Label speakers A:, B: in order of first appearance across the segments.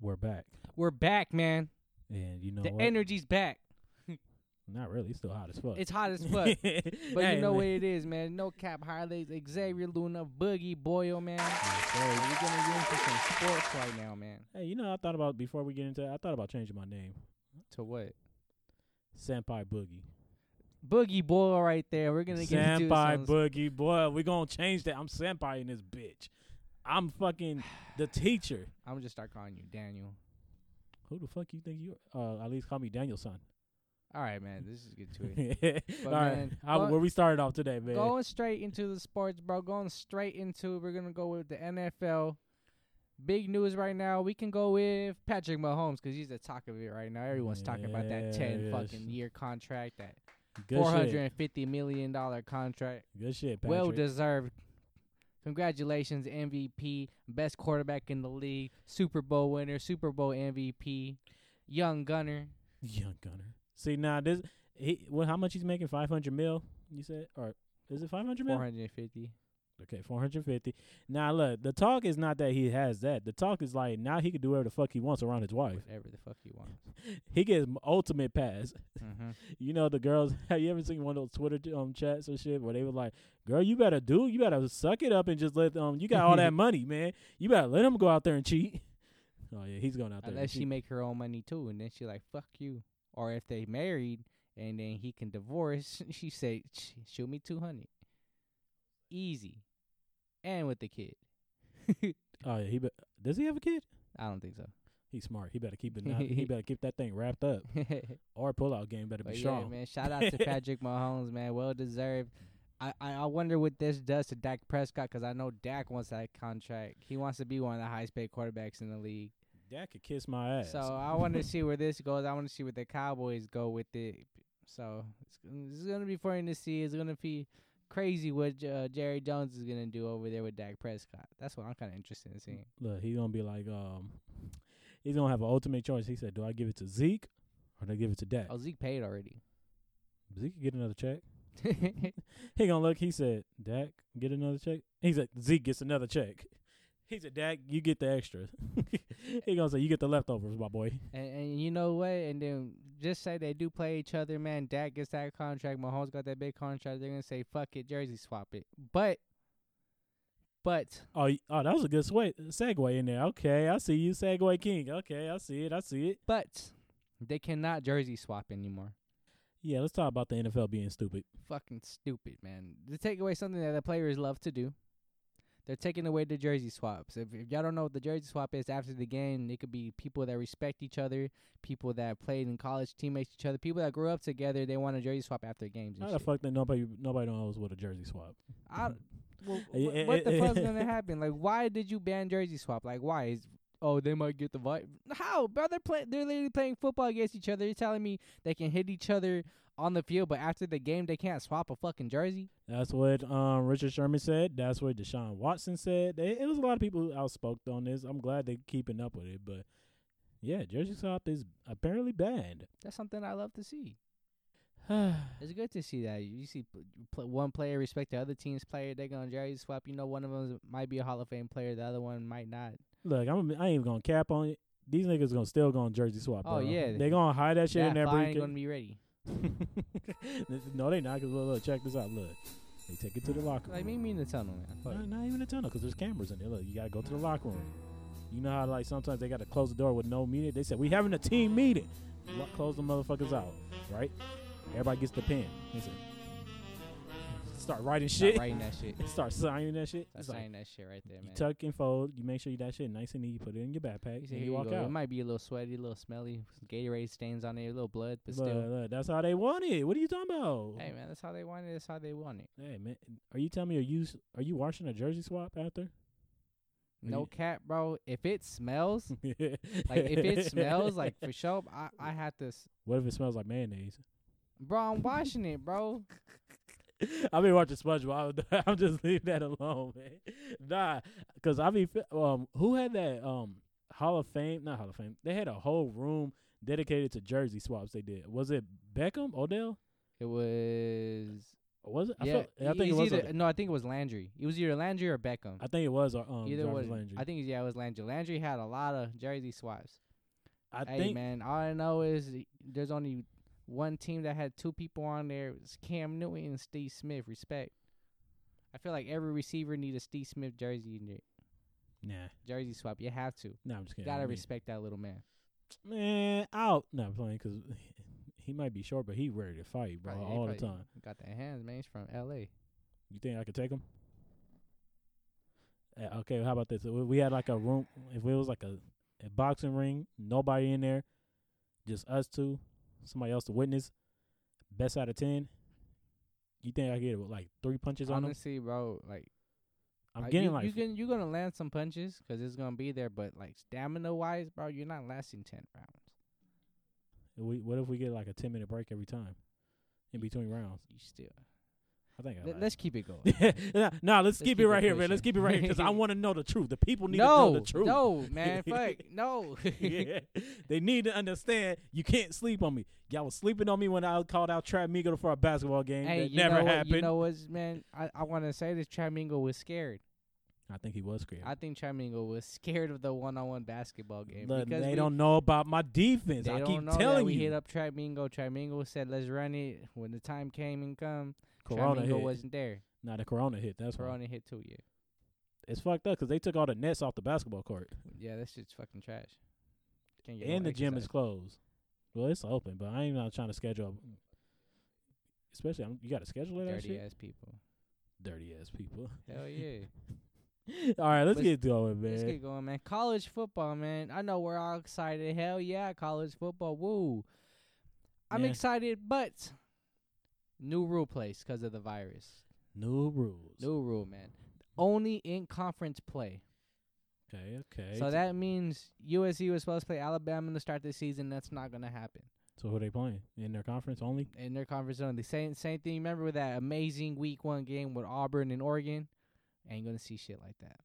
A: we're back,
B: We're back, man.
A: and you know
B: the
A: what?
B: energy's back.
A: Not really. It's still hot as fuck.
B: It's hot as fuck. But
A: Hey,
B: you know
A: man.
B: what it is, man. No cap, highlights. Xavier Luna, Boogie Boyle, man. We're
A: Yes, sir.
B: gonna get into some sports right now, man.
A: Hey, you know, I thought about before we get into. it, I thought about changing my name,
B: To what?
A: Senpai Boogie.
B: Boogie Boyle, right there. We're gonna get into
A: Senpai
B: some.
A: Boogie, boy, we gonna change that. I'm Senpai in this bitch. I'm fucking the teacher.
B: I'm gonna just start calling you Daniel.
A: Who the fuck you think you? are? Uh, at least call me Daniel son.
B: All right, man. This is good to
A: All
B: it.
A: right,
B: man,
A: I-
B: go-
A: where we started off today, man.
B: Going straight into the sports, bro. Going straight into it. We're gonna go with the NFL. Big news right now. We can go with Patrick Mahomes because he's the talk of it right now. Everyone's talking about that ten
A: Yes.
B: fucking year contract, that
A: Good
B: four hundred
A: shit.
B: and fifty million dollar contract.
A: Good shit, Patrick.
B: Well deserved. Congratulations, MVP, best quarterback in the league, Super Bowl winner, Super Bowl MVP, young gunner.
A: Young Gunner. See now this. He, well, how much he's making? Five hundred mil. You said, or is it five hundred mil?
B: 450.
A: Okay, 450. Now, look, the talk is not that he has that. The talk is like now he can do whatever the fuck he wants around his wife.
B: Whatever the fuck you want.
A: He gets m- ultimate pass.
B: hmm
A: You know, the girls, have you ever seen one of those Twitter um, chats or shit where they were like, girl, you better do, you better suck it up and just let, um, you got all that money, man. You better let him go out there and cheat. Oh, yeah, he's going out there.
B: Unless
A: and
B: she make her own money too, and then she like fuck you. Or if they married and then he can divorce, she say "Sh- shoot me two hundred, easy, and with the kid.
A: cheat. Oh, yeah, he be- does he have a kid?
B: I don't think so.
A: He's smart. He better keep it. Not, he better keep that thing wrapped up. Or pull out game better
B: but
A: be
B: yeah,
A: strong.
B: man, shout out to Patrick Mahomes, man, well deserved. I, I I wonder what this does to Dak Prescott because I know Dak wants that contract. He wants to be one of the highest paid quarterbacks in the league.
A: That could kiss my ass.
B: So I want to see where this goes. I want to see where the Cowboys go with it. So it's, gonna- it's going to be fun to see. It's going to be crazy what uh, Jerry Jones is going to do over there with Dak Prescott. That's what I'm kind of interested in seeing.
A: Look, he's gonna be like, um, he's gonna have an ultimate choice. He said, "Do I give it to Zeke or do I give it to Dak?"
B: Oh, Zeke paid already.
A: Zeke can get another check. He gonna look. He said, "Dak, get another check." He said, "Zeke gets another check." He said, "Dak, you get the extras." he gonna say, "You get the leftovers, my boy."
B: and, and you know what? And then just say they do play each other, man. Dak gets that contract. Mahomes got that big contract. They're going to say, fuck it, jersey swap it. But, but
A: Oh, y- oh, that was a good sway, segue in there. Okay, I see you, segue king. Okay, I see it. I see it.
B: But they cannot jersey swap anymore.
A: Yeah, let's talk about the NFL being stupid.
B: Fucking stupid, man. They take away something that the players love to do. They're taking away the jersey swaps. If, if y'all don't know what the jersey swap is after the game, it could be people that respect each other, people that played in college, teammates each other, people that grew up together. They want a jersey swap after games. And
A: How the
B: shit.
A: fuck that nobody nobody knows what a jersey swap?
B: I, well,
A: Eh, eh,
B: wh- what the
A: eh,
B: fuck's
A: eh.
B: gonna happen? Like, why did you ban jersey swap? Like, why is? Oh, they might get the vibe. How, bro? They're playing. They're literally playing football against each other. You're telling me they can hit each other on the field, but after the game they can't swap a fucking jersey.
A: That's what um, Richard Sherman said. That's what Deshaun Watson said. They, it was a lot of people who outspoke on this. I'm glad they're keeping up with it. But yeah, jersey swap is apparently banned.
B: That's something I love to see.
A: yeah,
B: It's good to see that you see p- pl- one player respect the other team's player. They're gonna jersey swap. You know, one of them might be a Hall of Fame player, the other one might not.
A: look, I'm I ain't even gonna cap on it. These niggas gonna still gonna jersey swap.
B: Oh,
A: bro.
B: yeah.
A: they gonna hide that shit
B: That
A: in their
B: fly ain't
A: briefcase.
B: gonna be ready.
A: no, they not. Cause look, look, check this out. Look, they take it to the locker.
B: Like
A: room.
B: meet me in the tunnel, man. Fuck.
A: Not, not even a tunnel, 'cause there's cameras in there. Look, you gotta go to the locker room. You know how like sometimes they gotta close the door with no meeting. They said we having a team meeting. Lo- Close the motherfuckers out, right? Everybody gets the pen. They said start writing
B: Stop
A: shit.
B: writing that shit.
A: Start signing that shit.
B: Stop
A: It's like,
B: saying that shit right there,
A: you
B: man.
A: tuck and fold. You make sure you that shit nice and neat. You put it in your backpack.
B: You say,
A: and
B: "Here
A: you
B: you
A: walk
B: go." It
A: out.
B: might be a little sweaty, a little smelly, some Gatorade stains on it, a little blood, but
A: Look,
B: still.
A: look, that's how they want it. What are you talking about?
B: Hey man, that's how they want it. That's how they want it.
A: Hey, man, are you telling me are you s- are you washing a jersey swap after?
B: No
A: you-
B: cap, bro. If it smells, like if it smells, like for sure, I I have to. s-
A: what if it smells like mayonnaise?
B: Bro, I'm washing it, bro.
A: I've been watching SpongeBob. I'm just leave that alone, man. Nah, because I be fe- um, who had that um Hall of Fame? Not Hall of Fame. They had a whole room dedicated to jersey swaps. They did. Was it Beckham, Odell?
B: It was
A: Or was it? I,
B: yeah,
A: felt, I
B: it-
A: think it
B: it's
A: was.
B: either,
A: Either,
B: no, I think it was Landry. It was either Landry or Beckham.
A: I think it was. Or, um,
B: either
A: Jarvis
B: was
A: Landry.
B: I think yeah, it was Landry. Landry had a lot of jersey swaps.
A: I
B: hey
A: think
B: man, all I know is th- there's only one team that had two people on there. It was Cam Newton and Steve Smith. Respect. I feel like every receiver needs a Steve Smith jersey in their
A: Nah,
B: jersey swap. You have to.
A: nah, I'm just kidding.
B: Gotta
A: I mean,
B: respect that little man.
A: Man, out. No, I'm playing because he might be short, but he ready to fight, bro,
B: Probably- Oh, he
A: all the
B: probably
A: time.
B: Got the hands, man. He's from L.A.
A: You think I could take him? Eh, okay, how about this? If we had like a room. If it was like a, a boxing ring, nobody in there, just us two, somebody else to witness. Best out of ten. You think I could get what, like three punches on him?
B: Honestly, bro, like
A: I'm
B: like,
A: getting
B: you,
A: like
B: you can, you're gonna land some punches 'cause it's gonna be there, but like stamina wise, bro, you're not lasting ten rounds.
A: We, what if we get like a ten minute break every time, in between rounds?
B: You still.
A: I think. I
B: Let,
A: like
B: let's keep it going.
A: it. nah, nah, let's, keep,
B: keep
A: it
B: it
A: right here, man. Let's
B: pushing.
A: keep it right here because I want to know the truth. The people need to know the truth.
B: No, man, fuck, no.
A: yeah. They need to understand you can't sleep on me. Y'all was sleeping on me when I called out Trap Migo for a basketball game.
B: hey,
A: that
B: you
A: never
B: know what,
A: happened.
B: you know what's man? I, I want to say this. Tramingo was scared.
A: I think he was scared.
B: I think Tramingo was scared of the one-on-one basketball game
A: Look,
B: because
A: they
B: we,
A: don't know about my defense.
B: They
A: I
B: don't
A: keep
B: know that
A: telling
B: we
A: you.
B: hit up Tramingo. Tramingo said, "Let's run it." When the time came and come,
A: corona
B: Tramingo
A: hit.
B: wasn't there.
A: nah, the Corona hit. That's right.
B: Corona hit too. Yeah,
A: It's fucked up because they took all the nets off the basketball court.
B: yeah, that shit's fucking trash. Can't get no
A: and the gym is
B: exercise.
A: closed. Well, it's open, but I ain't not trying to schedule. Especially, I'm, you got to schedule it. that
B: dirty
A: shit.
B: ass people.
A: Dirty ass people.
B: Hell yeah.
A: All right, let's
B: Let's-
A: get going, man.
B: Let's get going, man. College football, man. I know we're all excited. Hell yeah, college football. Woo. I'm
A: Yeah.
B: excited, but new rule place because of the virus.
A: New rules.
B: New rule, man. Only in conference play.
A: Okay, okay.
B: So that means USC was supposed to play Alabama to start the season. That's not gonna happen
A: so who they playing in their conference only?
B: in their conference zone. The same same thing. Remember with that amazing Week One game with Auburn and Oregon? Ain't gonna see shit like that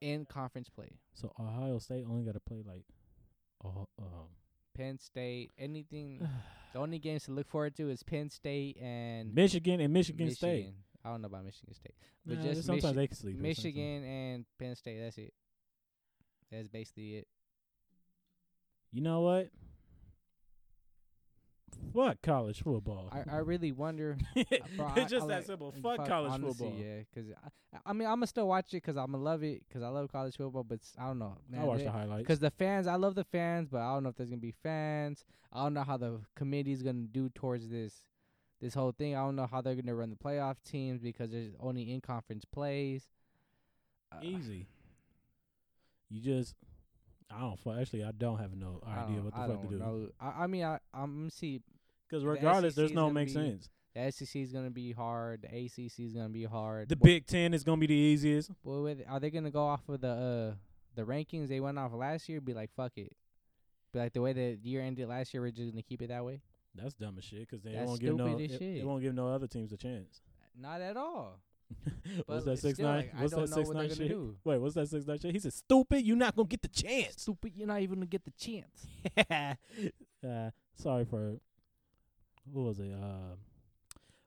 B: in conference play.
A: So Ohio State only got to play like, oh, um,
B: Penn State, anything. The only games to look forward to is Penn State and
A: Michigan and Michigan, State.
B: Michigan. I don't know about Michigan State, but
A: Nah,
B: just
A: sometimes
B: Michi-
A: they can sleep. or something.
B: Michigan and Penn State. That's it. That's basically it.
A: You know what? Fuck college football.
B: I, I really wonder. uh, bro, I-
A: Oh.
B: I
A: it's just that
B: like-
A: simple. Fuck, college
B: honestly,
A: football.
B: Yeah, 'cause I, I mean I'm gonna still watch it 'cause I'm gonna love it 'cause I love college football. But s- I don't know. Man,
A: I watch
B: they-
A: the highlights.
B: Because the fans, I love the fans, but I don't know if there's gonna be fans. I don't know how the committee's gonna do towards this, this whole thing. I don't know how they're gonna run the playoff teams because there's only in conference plays. Uh,
A: Easy. You just, I don't. fu- Actually, I don't have no
B: I
A: idea
B: don't-
A: what the
B: I
A: fuck to
B: don't
A: do.
B: know. I, I mean, I I'm gonna see
A: Because
B: The
A: regardless,
B: SEC
A: there's
B: is
A: no
B: gonna
A: make
B: be-
A: sense.
B: the SEC is gonna be hard. The ACC is gonna be hard.
A: The
B: Wh-
A: Big Ten is gonna be the easiest.
B: Well, with, are they gonna go off of the uh the rankings they went off last year? Be like, fuck it. Be like the way the year ended last year, we're just gonna keep it that way.
A: That's dumb as shit. Because they
B: That's
A: won't give no.
B: stupid as
A: It, it
B: shit.
A: won't give no other teams a chance.
B: Not at all.
A: what's
B: But
A: that
B: still,
A: six nine?
B: like, I
A: what's
B: don't
A: that
B: know
A: six
B: what they're
A: nine
B: gonna
A: shit?
B: do.
A: Wait, what's that six nine shit? He said, "Stupid, you're not gonna get the chance."
B: Stupid, you're not even gonna get the chance.
A: uh, sorry for who was it? Uh,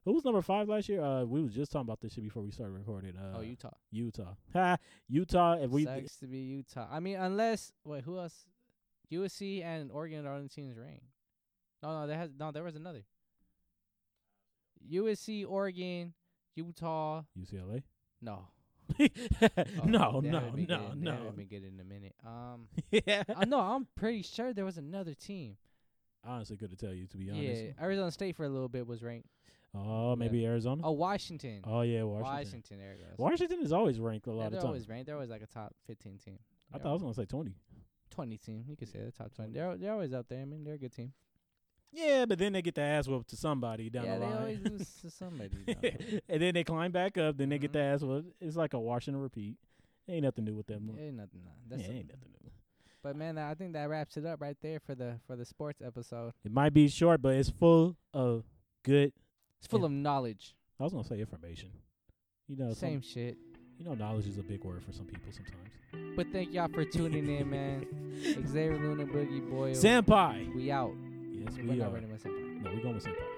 A: who was number five last year? Uh, we was just talking about this shit before we started recording. Uh,
B: oh, Utah
A: Utah, ha, Utah. If we
B: sucks to be Utah. I mean, unless wait, who else? USC and Oregon are on the team's reign. No, no, there has no. There was another. USC, Oregon, Utah.
A: UCLA,
B: No, Oh,
A: no,
B: they
A: no,
B: haven't been good
A: no,
B: in- They
A: no.
B: haven't been good in a minute. Um,
A: yeah,
B: I know. I'm pretty sure there was another team.
A: honestly, good to tell you to be honest.
B: Yeah, Arizona State for a little bit was ranked.
A: Oh, maybe Arizona.
B: Oh, Washington.
A: Oh yeah, Washington. Washington.
B: Washington. There it goes.
A: is always ranked a
B: yeah,
A: lot
B: they're
A: of times.
B: always ranked. They're always like a top 15 team.
A: I
B: They're
A: thought I was gonna say twenty.
B: 20 team. You could say the top
A: 20.
B: 20. They're they're always up there. I mean, they're a good team.
A: Yeah, but then they get the ass whooped to somebody down
B: yeah,
A: the
B: they
A: line.
B: always lose to somebody. though.
A: and then they climb back up, then they get
B: Mhm.
A: the ass whooped. It's like a wash and repeat. Ain't nothing new with them.
B: ain't nothing. nah,
A: Yeah,
B: That's a-
A: ain't nothing new.
B: but man, I think that wraps it up right there for the for the sports episode.
A: It might be short, but it's full of good.
B: It's full
A: Yeah.
B: of knowledge.
A: I was gonna say information. You know, some-
B: Same shit.
A: you know, knowledge is a big word for some people sometimes.
B: But thank y'all for tuning in, man. Xavier Luna Boogie Boy.
A: Senpai.
B: We out.
A: Yes,
B: We're
A: we
B: not
A: are.
B: running with somebody.
A: No, we're going with senpai.